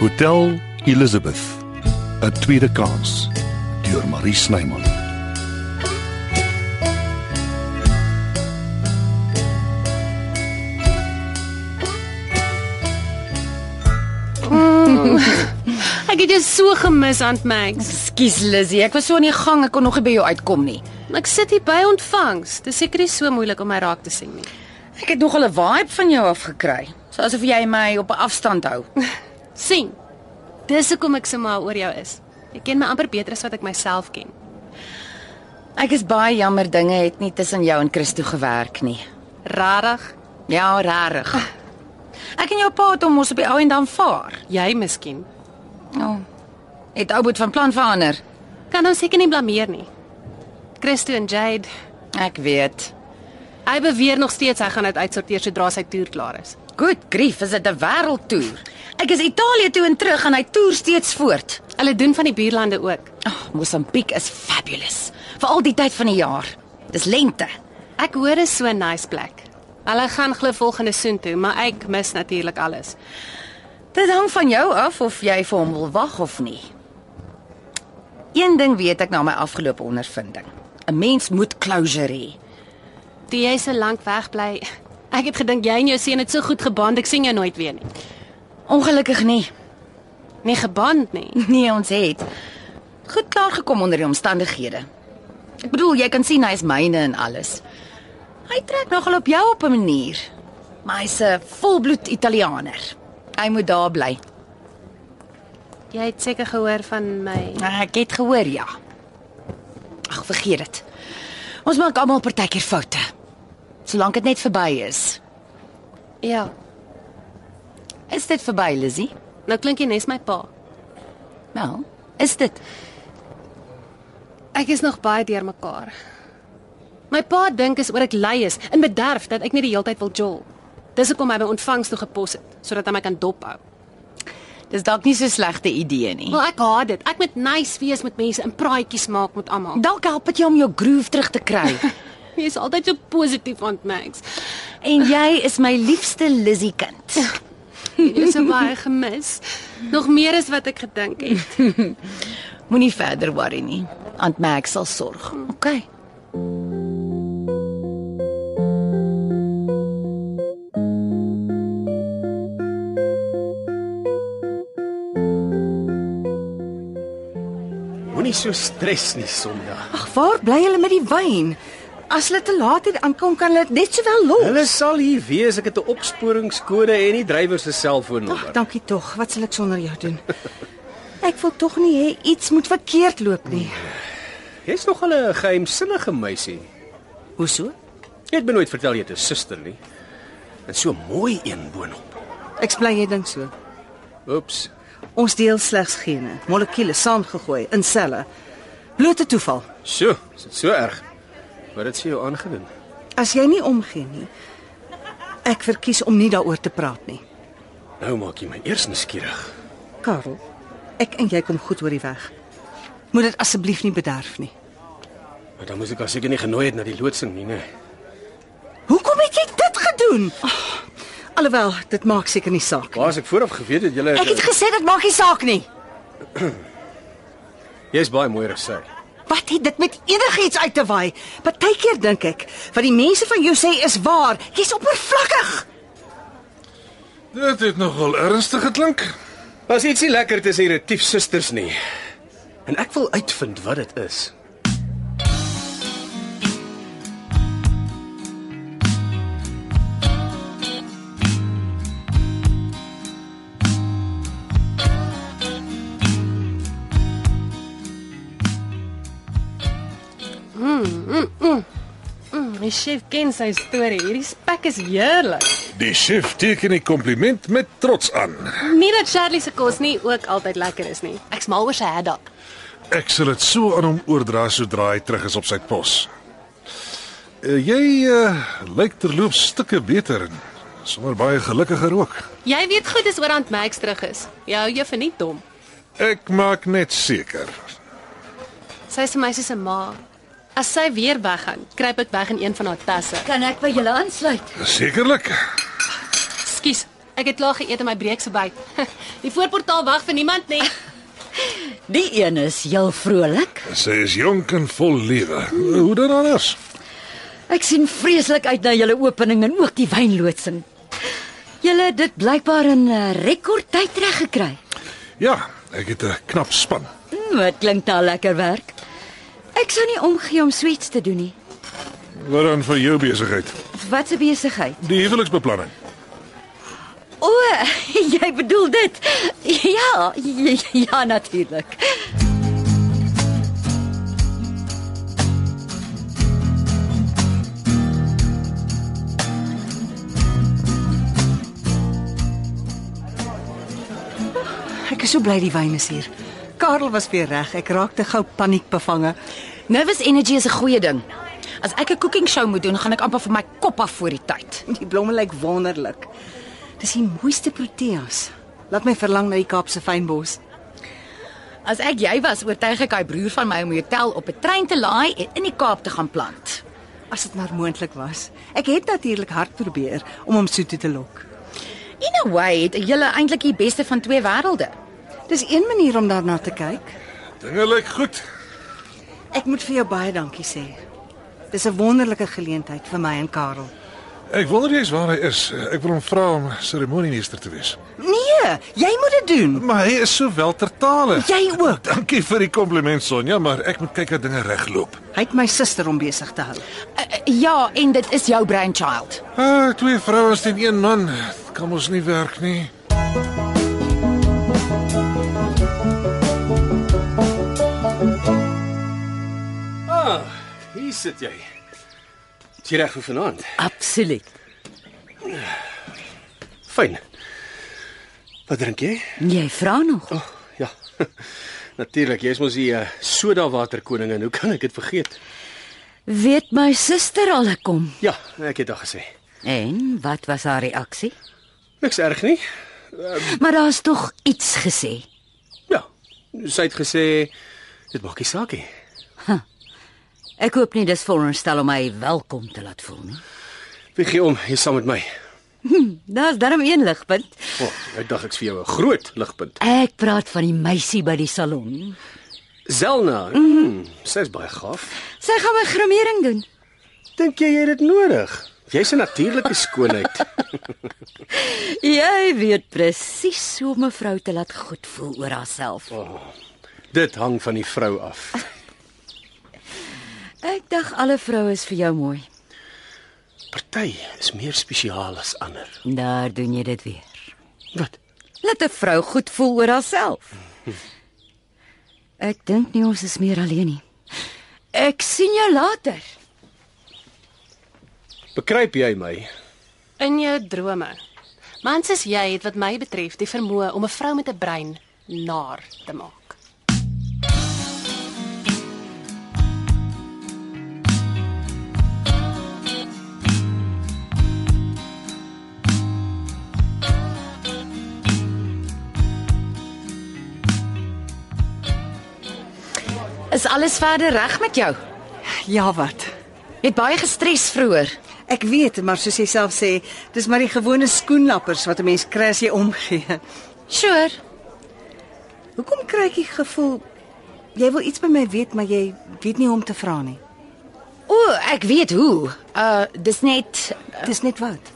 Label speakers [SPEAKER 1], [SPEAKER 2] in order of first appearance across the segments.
[SPEAKER 1] Hotel Elizabeth. 'n Tweede kans deur Marie Snyman.
[SPEAKER 2] Ek het jou so gemis, Aunt Max.
[SPEAKER 3] Skus Lizzy, ek was so in die gang, ek kon nog nie by jou uitkom nie.
[SPEAKER 2] Ek sit hier by ontvangs. Dis seker nie so moeilik om my raak te sien nie.
[SPEAKER 3] Ek het nogal 'n vibe van jou af gekry. So asof jy my op 'n afstand hou.
[SPEAKER 2] sien. Dis hoekom ek so mal oor jou is. Jy ken my amper beter as wat ek myself ken.
[SPEAKER 3] Ek is baie jammer dinge het nie tussen jou en Christo gewerk nie.
[SPEAKER 2] Rarig,
[SPEAKER 3] Ja, rarig. Ek en jou pa het hom ons op die ou en dan vaar.
[SPEAKER 2] jy miskien.
[SPEAKER 3] Ja. Oh, het Oubot van plan verander.
[SPEAKER 2] Kan ons seker nie blameer nie. Christo en Jade,
[SPEAKER 3] Ek weet.
[SPEAKER 2] hy beweer nog steeds hy gaan dit uitsorteer sodra sy toer klaar is.
[SPEAKER 3] Good grief, is dit 'n wêreldtoer. Ek is Italië toe en terug en hy toer steeds voort.
[SPEAKER 2] Hulle doen van die buurlande ook.
[SPEAKER 3] Oh, Mosambiek is fabulous. Veral die tyd van die jaar. Dis lente.
[SPEAKER 2] Ek hoor is so 'n nice plek. Hulle gaan glo volgende soen toe, maar ek mis natuurlik alles.
[SPEAKER 3] Dit hang van jou af of jy vir hom wil wag of nie. Een ding weet ek na my afgelope ondervinding. 'n Mens moet closure hê.
[SPEAKER 2] Toe jy so lank wegbly, ek het gedink jy en jou seun het so goed geband, ek sien jou nooit weer nie.
[SPEAKER 3] Ongelukkig nie.
[SPEAKER 2] Nie geband nie.
[SPEAKER 3] Nee, ons het goed klaar gekom onder die omstandighede. Ek bedoel, jy kan sien hy is myne en alles. Hy trek nogal op jou op 'n manier. Maar hy's 'n volbloed Italiaaner. Hy moet daar bly.
[SPEAKER 2] Jy het seker gehoor van my.
[SPEAKER 3] Ah, Ek het gehoor, ja. Ag, vergeet dit. Ons maak almal partykeer foute. Solank dit net verby is.
[SPEAKER 2] Ja,
[SPEAKER 3] Is dit verby, Lizzy?
[SPEAKER 2] nou klink jy nes my pa.
[SPEAKER 3] Wel, is dit?
[SPEAKER 2] Ek is nog baie deurmekaar. My pa dink is oor ek ly is, in bederf dat ek nie die heeltyd wil jol. Dis hoekom hy my ontvangs toe gepos het, sodat hy my kan dophou.
[SPEAKER 3] Dis dalk nie so slegte idee nie.
[SPEAKER 2] Wel, ek haat dit. Ek moet nice wees met mense en praatjies maak met almal.
[SPEAKER 3] Dalk help dit jou om jou groove terug te kry.
[SPEAKER 2] Jy is altyd so positief aan Max.
[SPEAKER 3] en jy is my liefste Lizzy kind.
[SPEAKER 2] Jy is so baie gemis. Nog meer as wat ek gedink het.
[SPEAKER 3] Moenie verder worry nie. Aunt Max sal sorg. OK.
[SPEAKER 4] Moenie so stres nie, Sondag.
[SPEAKER 5] Ag, waar bly hulle met die wyn? As hulle te laat hier aankom, kan hulle dit net sowel los.
[SPEAKER 4] Hulle sal hier wees. Ek het 'n opsporingskode en die drywer se selfoonnommer.
[SPEAKER 5] Ag, dankie tog. Wat sal ek sonder jou doen? Ek wil tog nie hê iets moet verkeerd loop nie.
[SPEAKER 4] Jy's nogal 'n geheimsinnige meisie.
[SPEAKER 5] Hoe so?
[SPEAKER 4] Jy het my nooit vertel jy het 'n suster nie. En so 'n mooi een boonop.
[SPEAKER 5] Ek bly jy dink so.
[SPEAKER 4] Oeps.
[SPEAKER 5] Ons deel slegs gene, molekules saamgegooi in selle. Blote toeval.
[SPEAKER 4] So, is dit so erg? Wat het sy jou aangedoen?
[SPEAKER 5] As jy nie omgee nie, ek verkies om nie daaroor te praat nie.
[SPEAKER 4] Nou maak jy my eers nuuskierig.
[SPEAKER 5] Karel, ek en jy kom goed oor die weg. Moet dit asseblief nie bederf nie.
[SPEAKER 4] Maar dan moes ek al seker nie genooi het na die loodsing nie, nee. né?
[SPEAKER 5] Hoekom het jy dit gedoen? Oh, alhoewel, dit maak seker nie saak.
[SPEAKER 4] Waar as ek vooraf geweet het jy
[SPEAKER 5] Ek het gesê dit maak nie saak nie.
[SPEAKER 4] jy's baie mooier as sy.
[SPEAKER 5] Wat het dit met enigiets uit te waai? Partykeer dink ek, wat die mense van jou sê is waar. Jy's oppervlakkig.
[SPEAKER 6] Dit het nogal ernstig geklink.
[SPEAKER 4] Was ietsie lekker tussen hierdie tief susters nie. En ek wil uitvind wat dit is.
[SPEAKER 2] Die chef ken sy storie. Hierdie spek is heerlik.
[SPEAKER 6] Die chef teken die kompliment met trots aan.
[SPEAKER 2] Nie dat Shirley se kos nie ook altyd lekker is nie. Ek's mal oor sy haddock.
[SPEAKER 6] Ek sal dit so aan hom oordra sodra hy terug is op sy pos. Eh, Jy uh, lyk terloops stukke beter en sommer baie gelukkiger ook.
[SPEAKER 2] Jy weet goed dis oor Aunt Max terug is. Jy hou jou vir nie dom.
[SPEAKER 6] Ek maak net seker.
[SPEAKER 2] Sy is vir my soos 'n ma. As sy weer weggaan, kruip ek weg in een van haar tasse.
[SPEAKER 3] Kan ek by julle aansluit?
[SPEAKER 6] Sekerlik.
[SPEAKER 2] Ekskuus. Ek het klaar geëet en my breek se by. Die voorportaal wag vir niemand nie.
[SPEAKER 7] Die een is heel vrolik.
[SPEAKER 6] Sy is jonk en vol lewe. Hoe dan anders?
[SPEAKER 7] Ek sien vreeslik uit na julle opening en ook die wynloodsing. Julle het dit blykbaar in 'n rekordtyd reg gekry.
[SPEAKER 6] Ja, ek het 'n knap span.
[SPEAKER 7] Hm, dit klink nou lekker werk. Ek sou nie omgee om sweets te doen nie.
[SPEAKER 6] Wat dan vir jou besigheid?
[SPEAKER 7] Wat 'n besigheid.
[SPEAKER 6] Die huweliksbeplanning.
[SPEAKER 7] O, jy bedoel dit. Ja, ja, ja natuurlik.
[SPEAKER 5] Ek is so bly die wyn is hier. Karel was weer reg. Ek raak te gou paniekbevange.
[SPEAKER 3] Nervous energy is 'n goeie ding. As ek 'n cooking show moet doen, gaan ek amper van my kop af voor die tyd.
[SPEAKER 5] Die blomme lyk wonderlik. Dis die mooiste proteas. Laat my verlang na die Kaapse fynbos.
[SPEAKER 3] As ek jy was, oortuig ek hy broer van my om die hotel op 'n trein te laai en in die Kaap te gaan plant.
[SPEAKER 5] As dit maar moontlik was. Ek het natuurlik hard probeer om hom soet toe te lok.
[SPEAKER 3] In 'n way het julle eintlik die beste van twee wêrelde.
[SPEAKER 5] Dis een manier om daarna te kyk.
[SPEAKER 6] Dinge lyk goed.
[SPEAKER 5] Ek moet vir jou baie dankie sê. Dis 'n wonderlike geleentheid vir my en Karel.
[SPEAKER 6] Ek wonder jy's waar hy is. Ek wil hom vra om seremoniemeester te wees.
[SPEAKER 5] Nee, jy moet dit doen.
[SPEAKER 6] Maar hy is so weltertale.
[SPEAKER 5] Jy ook.
[SPEAKER 6] Dankie vir die kompliment Sonja, maar ek moet kyk dat dinge regloop.
[SPEAKER 5] Hy het my suster om besig te hou.
[SPEAKER 3] Uh, ja, en dit is jou brainchild.
[SPEAKER 6] Ah, twee vrouens teen een man. Dit Kan ons nie werk nie.
[SPEAKER 4] Ah, hier sit jy. Is Jy reg vir vanaand.
[SPEAKER 7] Absoluut.
[SPEAKER 4] Fyn. Wat drink jy?
[SPEAKER 7] Jy vra nog.
[SPEAKER 4] Oh, ja. Natuurlik, jy's mos die uh, soda waterkoningin. Hoe kan ek dit vergeet?
[SPEAKER 7] Weet my suster al ek kom.
[SPEAKER 4] Ja, ek het dit gesê.
[SPEAKER 7] En wat was haar reaksie?
[SPEAKER 4] Niks erg nie.
[SPEAKER 7] Maar daar's tog iets gesê.
[SPEAKER 4] Ja. Sy het gesê dit maak nie saak nie.
[SPEAKER 7] Ek hoop nie dis veronderstel om my welkom te laat voel nie.
[SPEAKER 4] Wie gee om? Jy's saam met my.
[SPEAKER 7] Daar's darm een ligpunt.
[SPEAKER 4] O, oh, ek dink ek's vir jou 'n groot ligpunt.
[SPEAKER 7] Ek praat van die meisie by die salon.
[SPEAKER 4] Zelna. Mm -hmm. Sy's baie gaaf.
[SPEAKER 7] Sy gaan my gromering doen.
[SPEAKER 4] Dink jy jy het dit nodig? Jy's 'n natuurlike skoonheid.
[SPEAKER 7] Jy weet presies hoe om 'n vrou te laat goed voel oor haarself.
[SPEAKER 4] dit hang van die vrou af.
[SPEAKER 7] Ek dink alle vroue is vir jou mooi.
[SPEAKER 4] Party is meer spesiaal as ander.
[SPEAKER 7] Daar doen jy dit weer.
[SPEAKER 4] Wat?
[SPEAKER 7] Laat 'n vrou goed voel oor haarself. Ek dink nie ons is meer alleen nie. Ek sien jou later.
[SPEAKER 4] Bekruip jy my?
[SPEAKER 2] In jou drome. Mans is jy het wat my betref die vermoë om 'n vrou met 'n brein naar te maak.
[SPEAKER 3] Is alles verder reg met jou?
[SPEAKER 5] Ja, wat?
[SPEAKER 3] Jy het baie gestres vroeër.
[SPEAKER 5] Ek weet, maar soos jy self sê, dis maar die gewone skoenlappers wat 'n mens kry as jy omgee.
[SPEAKER 3] Sure.
[SPEAKER 5] Hoekom kry ek die gevoel jy wil iets by my weet, maar jy weet nie hoe om te vra nie.
[SPEAKER 3] O, ek weet hoe. Uh dis net
[SPEAKER 5] Dis net wat.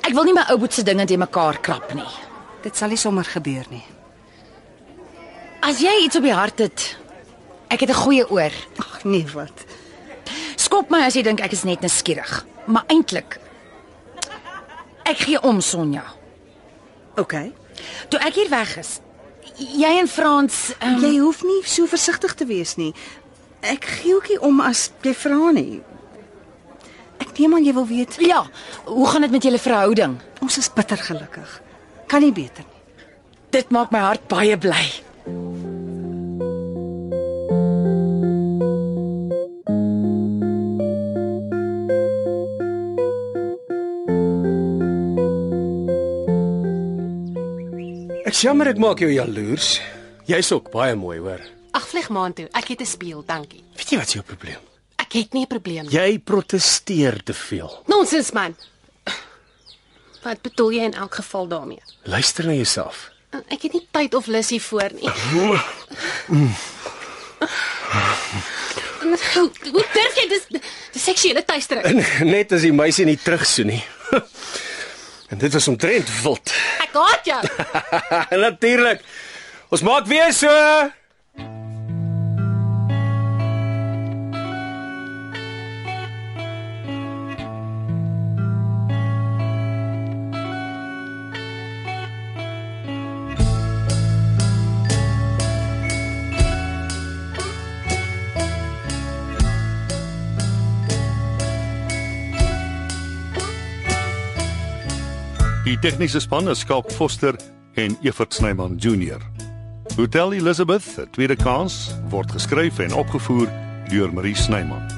[SPEAKER 3] ek wil nie my ou boet se dinge te mekaar krap nie.
[SPEAKER 5] Dit sal nie sommer gebeur nie.
[SPEAKER 3] As jy iets op die hart het, ek het 'n goeie oor.
[SPEAKER 5] Ag nee, wat?
[SPEAKER 3] Skop my as jy dink ek is net nuuskierig, maar eintlik ek gee om Sonja.
[SPEAKER 5] OK.
[SPEAKER 7] Ehm.
[SPEAKER 3] Toe ek hier weg is, jy en Frans, um,
[SPEAKER 5] Jy hoef nie so versigtig te wees nie. Ek gee ookie om as jy vra nie. Ek neem aan jy wil weet.
[SPEAKER 3] ja, hoe gaan dit met julle verhouding?
[SPEAKER 5] Ons is bitter gelukkig. Kan nie beter nie.
[SPEAKER 3] Dit maak my hart baie bly.
[SPEAKER 4] Ek jammer ek maak jou jaloers. Jy's ook baie mooi, hoor.
[SPEAKER 2] Ag vlieg maan toe. Ek het 'n speel, dankie.
[SPEAKER 4] Weet jy wat jou probleem?
[SPEAKER 2] Ek Ja. het nie 'n probleem nie.
[SPEAKER 4] Jy proteseer te veel.
[SPEAKER 2] Nonsens man. Wat bedoel jy in elk geval daarmee?
[SPEAKER 4] Luister na jouself.
[SPEAKER 2] Uh, Ek het nie tyd of lus hiervoor nie. Hoe hoe durf jy dis dis seksuele tuistering?
[SPEAKER 4] Net as die meisie nie terugsoen nie. en dit was omtrent wild.
[SPEAKER 2] Ek haat jou.
[SPEAKER 4] Natuurlik. Ons maak weer so.
[SPEAKER 1] Die tegniese span is Skalk Foster en Evert Snyman Junior. Hotel Elizabeth, 'n tweede kans, word geskryf en opgevoer deur Marie Snyman.